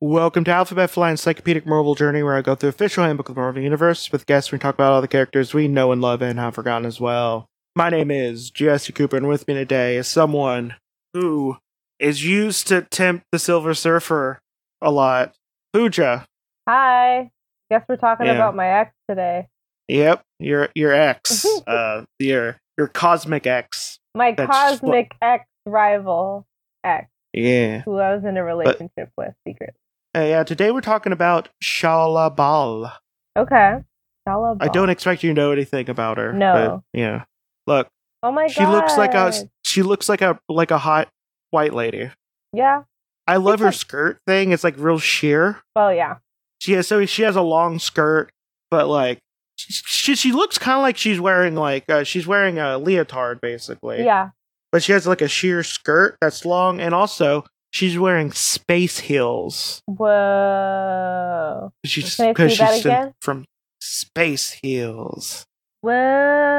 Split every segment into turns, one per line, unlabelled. Welcome to Alphabet Fly Encyclopedic Marvel Journey, where I go through official handbook of the Marvel Universe with guests. We talk about all the characters we know and love and have forgotten as well. My name is Jesse Cooper, and with me today is someone who is used to tempt the Silver Surfer a lot. Pooja.
Hi. Guess we're talking
Yeah.
about my ex today.
Yep, your your ex, uh, your your cosmic ex.
My
That's just what-
cosmic ex rival ex,
Yeah.
who I was in a relationship with secret.
Uh, yeah, today we're talking about Shala Bal.
Okay. Shalabal.
I don't expect you to know anything about her.
No.
but, yeah. Look,
Oh my
she
god.
looks like a she looks like a like a hot white lady.
Yeah.
I love her
like-
skirt thing. It's like real sheer.
Well, yeah.
She has so she has a long skirt, but like she she looks kind of like she's wearing like uh, she's wearing a leotard basically.
Yeah.
But she has like a sheer skirt that's long, and also she's wearing space heels.
Whoa.
She's
Can I see
because
that
she's in-
again?
from space heels.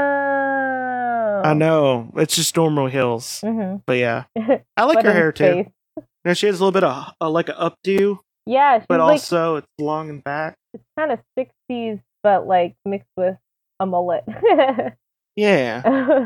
Whoa.
I know it's just normal heels,
Mm-hmm.
but yeah, I like her hair too. Now she has a little bit of uh, like an updo,
Yeah, she's
but
like
also it's long and back.
kind of 60s, but like mixed with a mullet. Mm-hmm.
Yeah,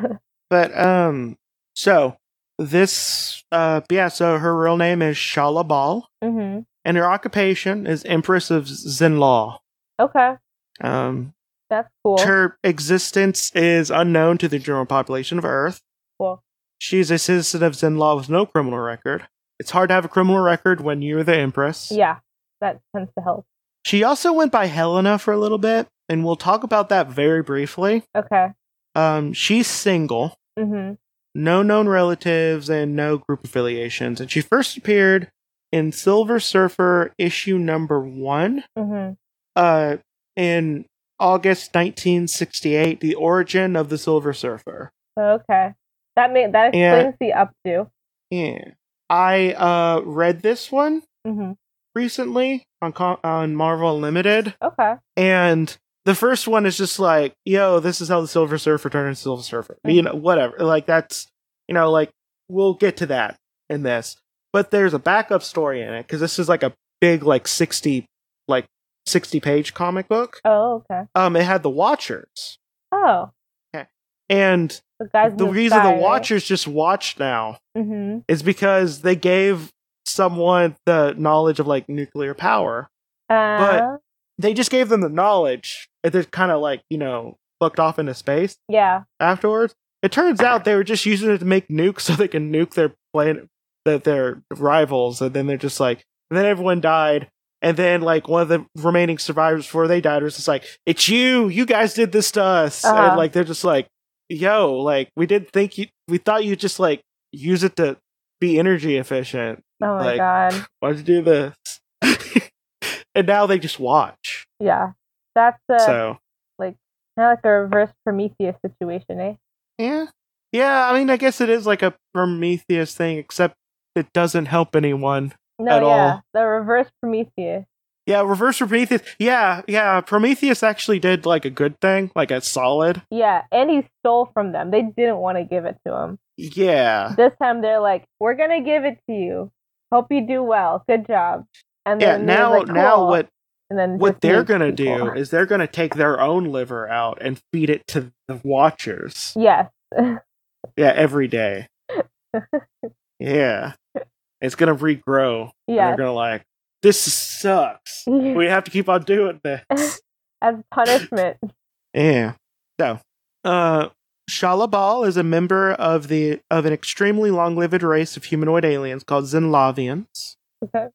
but um, so this uh, yeah, so her real name is Shala Bal,
hmm
and her occupation is Empress of Zinlaw.
Okay.
Um,
That's cool.
her existence is unknown to the general population of Earth.
Cool.
She's a citizen of Zinlaw with no criminal record. It's hard to have a criminal record when you're the Empress.
Yeah, that tends to help.
She also went by Helena for a little bit, and we'll talk about that very briefly.
Okay.
Um, she's single,
Mm-hmm.
no known relatives, and no group affiliations. And she first appeared in Silver Surfer issue number one
Mm-hmm.
uh, in August 1968, The Origin of the Silver Surfer.
Okay. That may that
Yeah.
explains the updo.
Yeah. I uh, read this one
Mm-hmm.
recently on, Co- on Marvel Unlimited.
Okay.
and the first one is just like yo this is how the silver surfer turned into silver surfer you know whatever like that's you know like we'll get to that in this but there's a backup story in it because this is like a big like 60 like 60 page comic book
Oh, okay.
um it had the watchers
Oh,
and
the guys. in
the
the
reason
sky,
the watchers just watch now
Right? Mm-hmm.
is because they gave someone the knowledge of like nuclear power
Uh,
they just gave them the knowledge and they're kind of like you know fucked off into space
yeah.
afterwards it turns out they were just using it to make nukes so they can nuke their planet that their rivals and then they're just like and then everyone died and then like one of the remaining survivors before they died was just like it's you you guys did this to us
Uh-huh.
and like they're just like yo like we didn't think you we thought you just like use it to be energy efficient
Oh my
like,
god.
why'd you do this and now they just watch
Yeah. That's uh,
so
kind of like a reverse Prometheus situation, eh?
Yeah. Yeah, I mean, I guess it is like a Prometheus thing, except it doesn't help anyone.
No,
At
yeah.
all.
The reverse Prometheus.
Yeah, reverse Prometheus. Yeah, yeah, Prometheus actually did like a good thing, like a solid.
Yeah, and he stole from them. They didn't want to give it to him.
Yeah.
This time they're like, "We're gonna give it to you. Hope you do well. Good job." And
Yeah,
then he was
now
like, "Oh,
now
"Cool."
what
and then
what
just
they're
meet
going to
people.
do is they're going to take their own liver out and feed it to the watchers.
Yes.
Yeah, every day. yeah. It's going to regrow. and
Yes.
They're going to like this sucks. We have to keep on doing this.
As punishment.
Yeah. So, uh, Shala Bal is a member of the of an extremely long-lived race of humanoid aliens called Zinlavians,
Okay.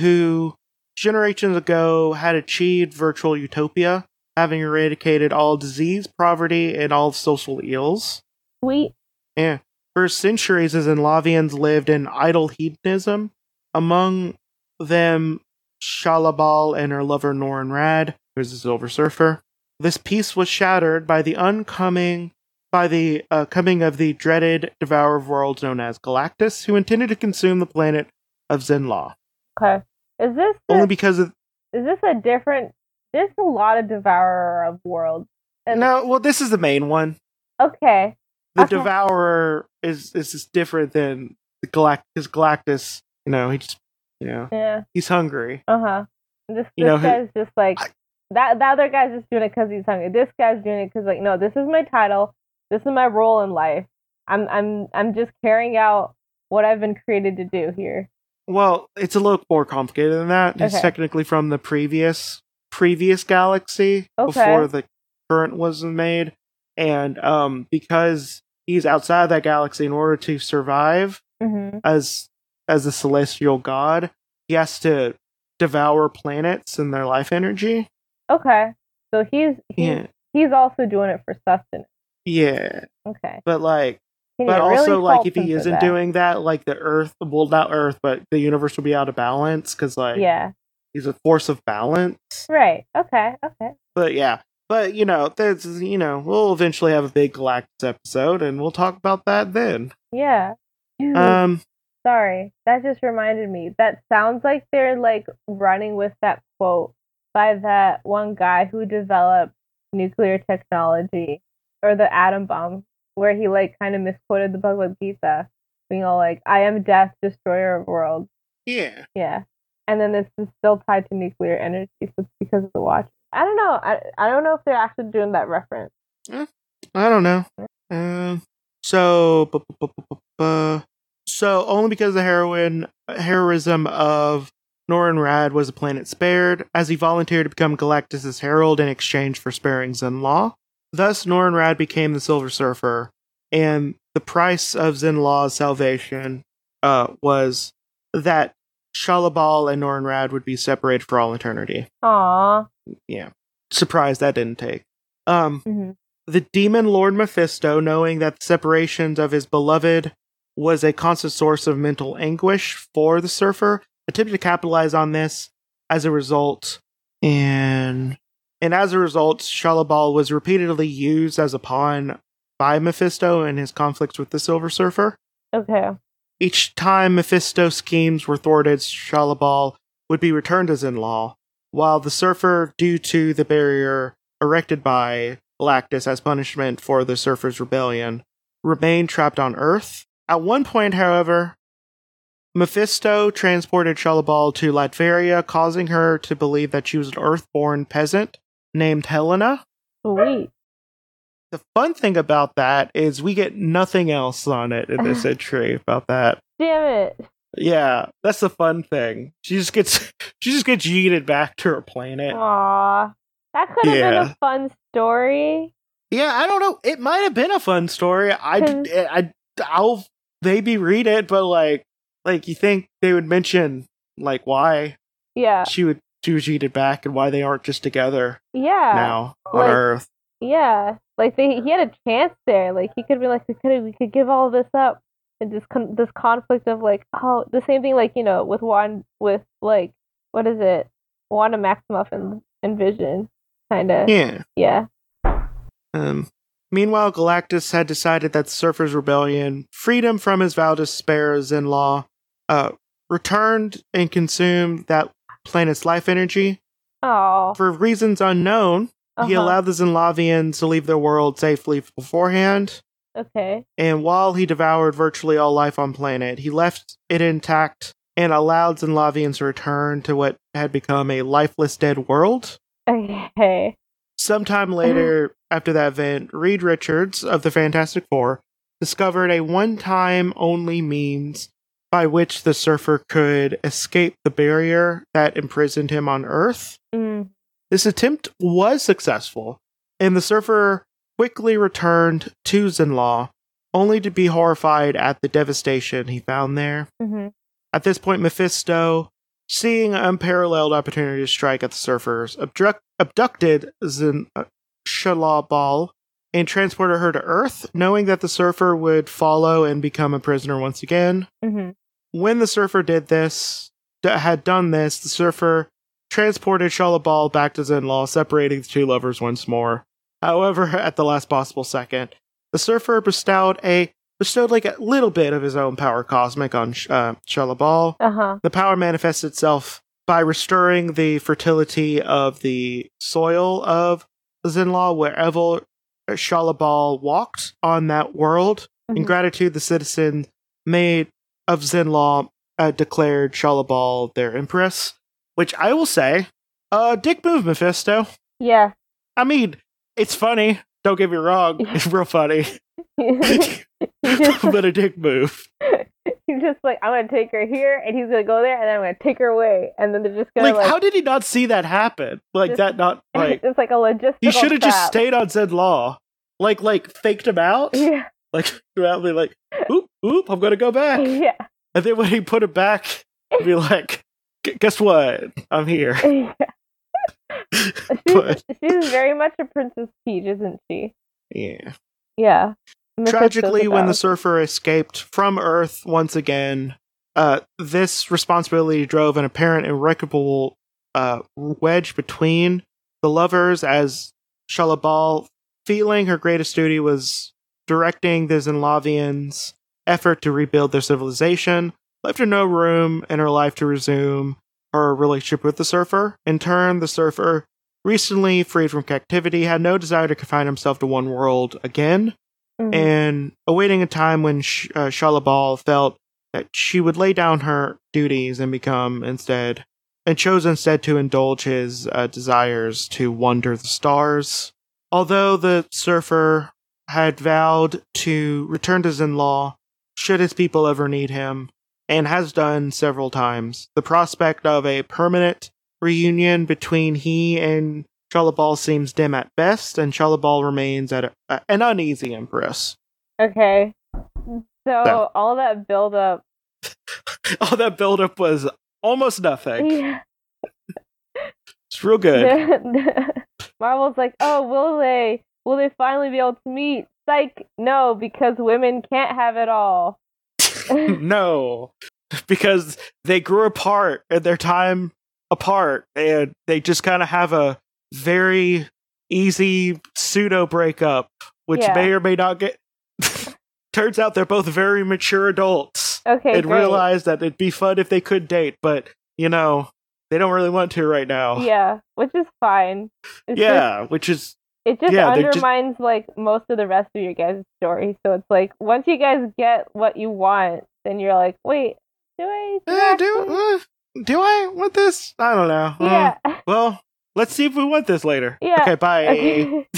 who generations ago had achieved virtual utopia, having eradicated all disease, poverty, and all social ills.
Sweet.
Eh. For centuries, the Zinlavians lived in idle hedonism. Among them, Shalabal and her lover Norin Rad, who is a Silver Surfer. This peace was shattered by the oncoming by the uh, coming of the dreaded devourer of worlds known as Galactus, who intended to consume the planet of Zenlaw.
Okay. Is this the-
Only because of
is this a different? There's a lot of devourer of worlds. And-
no, well, this is the main one.
Okay.
The
Okay.
devourer is is just different than the Galact because Galactus. You know, he just you know
Yeah.
he's hungry.
Uh huh. This,
You
this
know who-
guy's just like
I-
that. The other guy's just doing it because he's hungry. This guy's doing it because like, no, this is my title. This is my role in life. I'm I'm I'm just carrying out what I've been created to do here.
Well, it's a little more complicated than that. He's
Okay.
technically from the previous previous galaxy
Okay.
before the current was made, and um, because he's outside that galaxy, in order to survive
Mm-hmm.
as as a celestial god, he has to devour planets and their life energy.
Okay. So he's he's,
Yeah,
he's also doing it for sustenance.
yeah.
Okay.
But like,
Can
but
you
also
really
like,
fault
if
him
he
for
isn't
that?
doing that, like the Earth, well, not Earth, but the universe will be out of balance because like
yeah.
he's a force of balance.
Right. Okay. Okay.
But yeah, but you know, there's you know, we'll eventually have a big Galactus episode, and we'll talk about that then.
Yeah. Dude,
Um,
sorry, that just reminded me. That sounds like they're like running with that quote by that one guy who developed nuclear technology or the atom bomb, where he like kind of misquoted the Bhagavad Gita, being all like, "I am death, destroyer of worlds."
yeah,
Yeah. And then this is still tied to nuclear energy, so it's because of the watch. I don't know. I, I don't know if they're actually doing that reference.
I don't know. Um, so, bu- bu- bu- bu- bu- bu- so only because the heroine uh, heroism of Norin Rad was a planet spared, as he volunteered to become Galactus's herald in exchange for sparing Zenlaw. Thus, Norin Rad became the Silver Surfer, and the price of Zenlaw's salvation uh, was that Shalabal and Norin Rad would be separated for all eternity.
Aw.
Yeah, surprised that didn't take. Um,
hmm
the demon Lord Mephisto, knowing that the separations of his beloved was a constant source of mental anguish for the surfer, attempted to capitalize on this as a result. And and as a result, Shalabal was repeatedly used as a pawn by Mephisto in his conflicts with the Silver Surfer.
Okay.
Each time Mephisto's schemes were thwarted, Shalabal would be returned as in law, while the surfer, due to the barrier erected by Galactus as punishment for the surfer's rebellion, remained trapped on Earth. At one point, however, Mephisto transported Shalabal to Latveria, causing her to believe that she was an Earthborn peasant named Helena.
Sweet.
The fun thing about that is we get nothing else on it in this entry about that.
Damn it.
Yeah, that's the fun thing. She just gets she just gets yeeted back to her planet.
Aw. That could have been
Yeah.
a fun story.
Yeah, I don't know. It might have been a fun story. I
Mhm.
I I'll maybe read it, but like like you think they would mention like why
Yeah.
she would she was yeeted back and why they aren't just together
Yeah.
now on
like-
Earth.
Yeah. Like they, he had a chance there. Like he could be like, we could we could give all this up and this con- this conflict of like, oh, the same thing like you know with Juan with like what is it, Wanda Maximoff and, and Vision, kind of. Yeah.
Yeah. Um, meanwhile, Galactus had decided that the Surfer's Rebellion freed him from his vow to spare Zenlaw, uh, returned and consumed that planet's life energy.
Oh.
For reasons unknown, he
uh-huh.
allowed the Zenlavians to leave their world safely beforehand,
Okay.
and while he devoured virtually all life on planet, he left it intact and allowed Zenlavians to return to what had become a lifeless dead world.
Okay.
Sometime later, after that event, Reed Richards of the Fantastic Four discovered a one time only means by which the surfer could escape the barrier that imprisoned him on Earth.
Mm.
This attempt was successful, and the surfer quickly returned to Zenlaw, only to be horrified at the devastation he found there.
hmm
At this point, Mephisto, seeing an unparalleled opportunity to strike at the surfers, abduct- abducted Zin- uh, Shalabal and transported her to Earth, knowing that the surfer would follow and become a prisoner once again.
hmm
When the surfer did this, d- had done this, the surfer transported Shalabal back to Zenlaw, separating the two lovers once more. However, at the last possible second, The Surfer bestowed a bestowed like a little bit of his own power cosmic on Sh- uh, Shalabal.
Uh huh.
The power manifests itself by restoring the fertility of the soil of Zinlaw wherever Shalabal walked on that world. In
Mhm.
gratitude, the citizen made of Zinlaw uh, declared Shalabal their empress, which I will say, uh, dick move, Mephisto.
Yeah.
I mean, it's funny. Don't get me wrong. It's real funny.
he just
but a dick move.
he's just like I'm gonna take her here, and he's gonna go there, and then I'm gonna take her away, and then they're just gonna
Like,
like,
how did he not see that happen? Like,
Just-
that not, like,
it's like a logistical.
he should have just
trap.
stayed on Zed Law. Like, like, faked him out.
Yeah,
Like, throughout, be like, oop, oop, I'm gonna go back.
yeah,
And then when he put it back, be like, "Gu- guess what? I'm here.
yeah.
But-
She's, she's very much a Princess Peach, isn't she?
Yeah.
Yeah. Mephisto's
Tragically, when the
about.
surfer escaped from Earth once again, uh, this responsibility drove an apparent irreparable uh, wedge between the lovers as Shalabal, feeling her greatest duty was directing the Zinlavians' effort to rebuild their civilization, left her no room in her life to resume her relationship with the surfer. In turn, the surfer, recently freed from captivity, had no desire to confine himself to one world again
Mhm.
and awaiting a time when Sh- uh, Shala Ball felt that she would lay down her duties and become instead, and chose instead to indulge his uh, desires to wander the stars. Although the surfer had vowed to return to Zinlaw should his people ever need him, and has done several times, the prospect of a permanent reunion between he and Chalabal seems dim at best, and Chalabal remains at a, a- an uneasy empress.
okay, so
So.
all that build up.
All that buildup was almost nothing.
Yeah.
It's real good.
Marvel's like, oh, will they? Will they finally be able to meet? Psych, no, because women can't have it all.
no, because they grew apart at their time apart, and they just kind of have a very easy pseudo breakup, which
Yeah.
may or may not get. Turns out they're both very mature adults
Okay,
and
great.
realize that it'd be fun if they could date, but you know they don't really want to right now.
Yeah, which is fine. It's just-
Oh. yeah, which is
it just
yeah, they're just-
undermines like most of the rest of your guys' story. So it's like once you guys get what you want, then you're like, wait, do I? do I
eh,
actually-
do uh, do I want this? I don't know. Mm,
Yeah.
well, let's see if we want this later.
Yeah.
Okay. Bye.
Okay.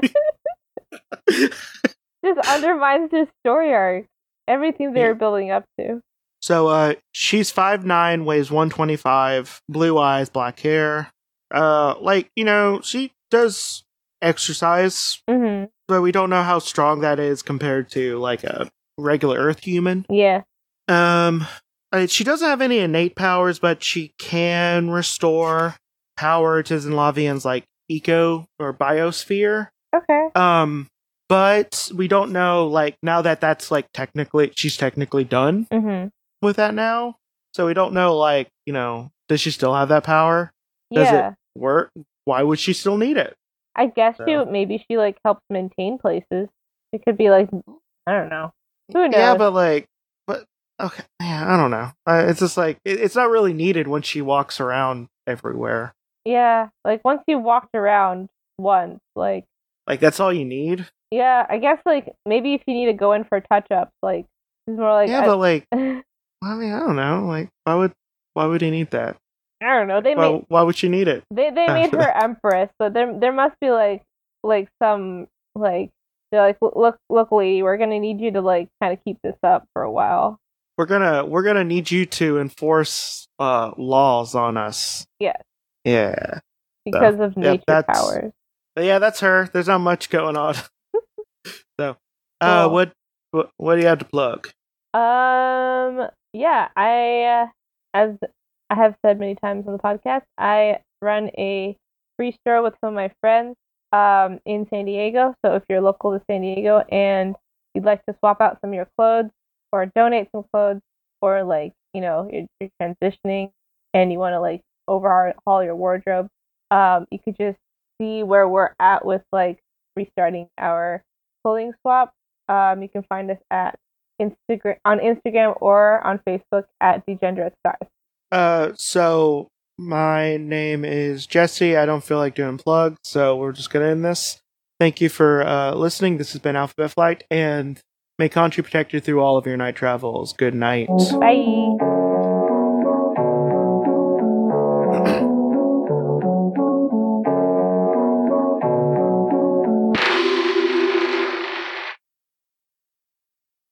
just undermines their story arc, everything they
Yeah.
were building up to.
So uh she's five nine, weighs one twenty five, blue eyes, black hair. Uh like, you know, she does exercise,
hmm
but we don't know how strong that is compared to like a regular earth human.
Yeah.
Um uh, she doesn't have any innate powers, but she can restore power to Zinlavian's like eco or biosphere.
Okay.
Um but we don't know like now that that's like technically she's technically done
hmm
with that now. So we don't know, like, you know, does she still have that power? Does it-
Yeah.
Where, why would she still need it?
I guess she
So.
would- maybe she like helps maintain places. It could be like I don't know. Who knows?
Yeah, but like, but okay, yeah, I don't know. Uh, it's just like it, it's not really needed when she walks around everywhere.
Yeah, like once you walked around once, like
Like that's all you need.
yeah, I guess like maybe if you need to go in for touch ups, like it's more like
yeah,
I,
but like, I mean, I don't know. Like, why would why would he need that?
I don't know. They
Why,
made
why would she need it?
they they made her empress, so there there must be like like some like they're like "Look- look look Lee, we're gonna need you to like kind of keep this up for a while.
We're gonna we're gonna need you to enforce uh laws on us.
Yeah.
Yeah.
Because of
yeah,
nature
that's-
powers.
But yeah, that's her. There's not much going on. so, uh,
Cool.
what, what what do you have to plug?
Um. Yeah, I uh, as I have said many times on the podcast, I run a free store with some of my friends um in San Diego. So if you're local to San Diego and you'd like to swap out some of your clothes or donate some clothes or like you know you're, you're transitioning and you want to like overhaul your wardrobe, um, you could just see where we're at with like restarting our clothing swap. Um, you can find us at Instagram on Instagram or on Facebook at Degenerate Stars.
Uh, so my name is Jesse. I don't feel like doing plugs, so we're just gonna end this. Thank you for uh, listening. This has been Alphabet Flight, and may Country protect you through all of your night travels. Good night.
Bye.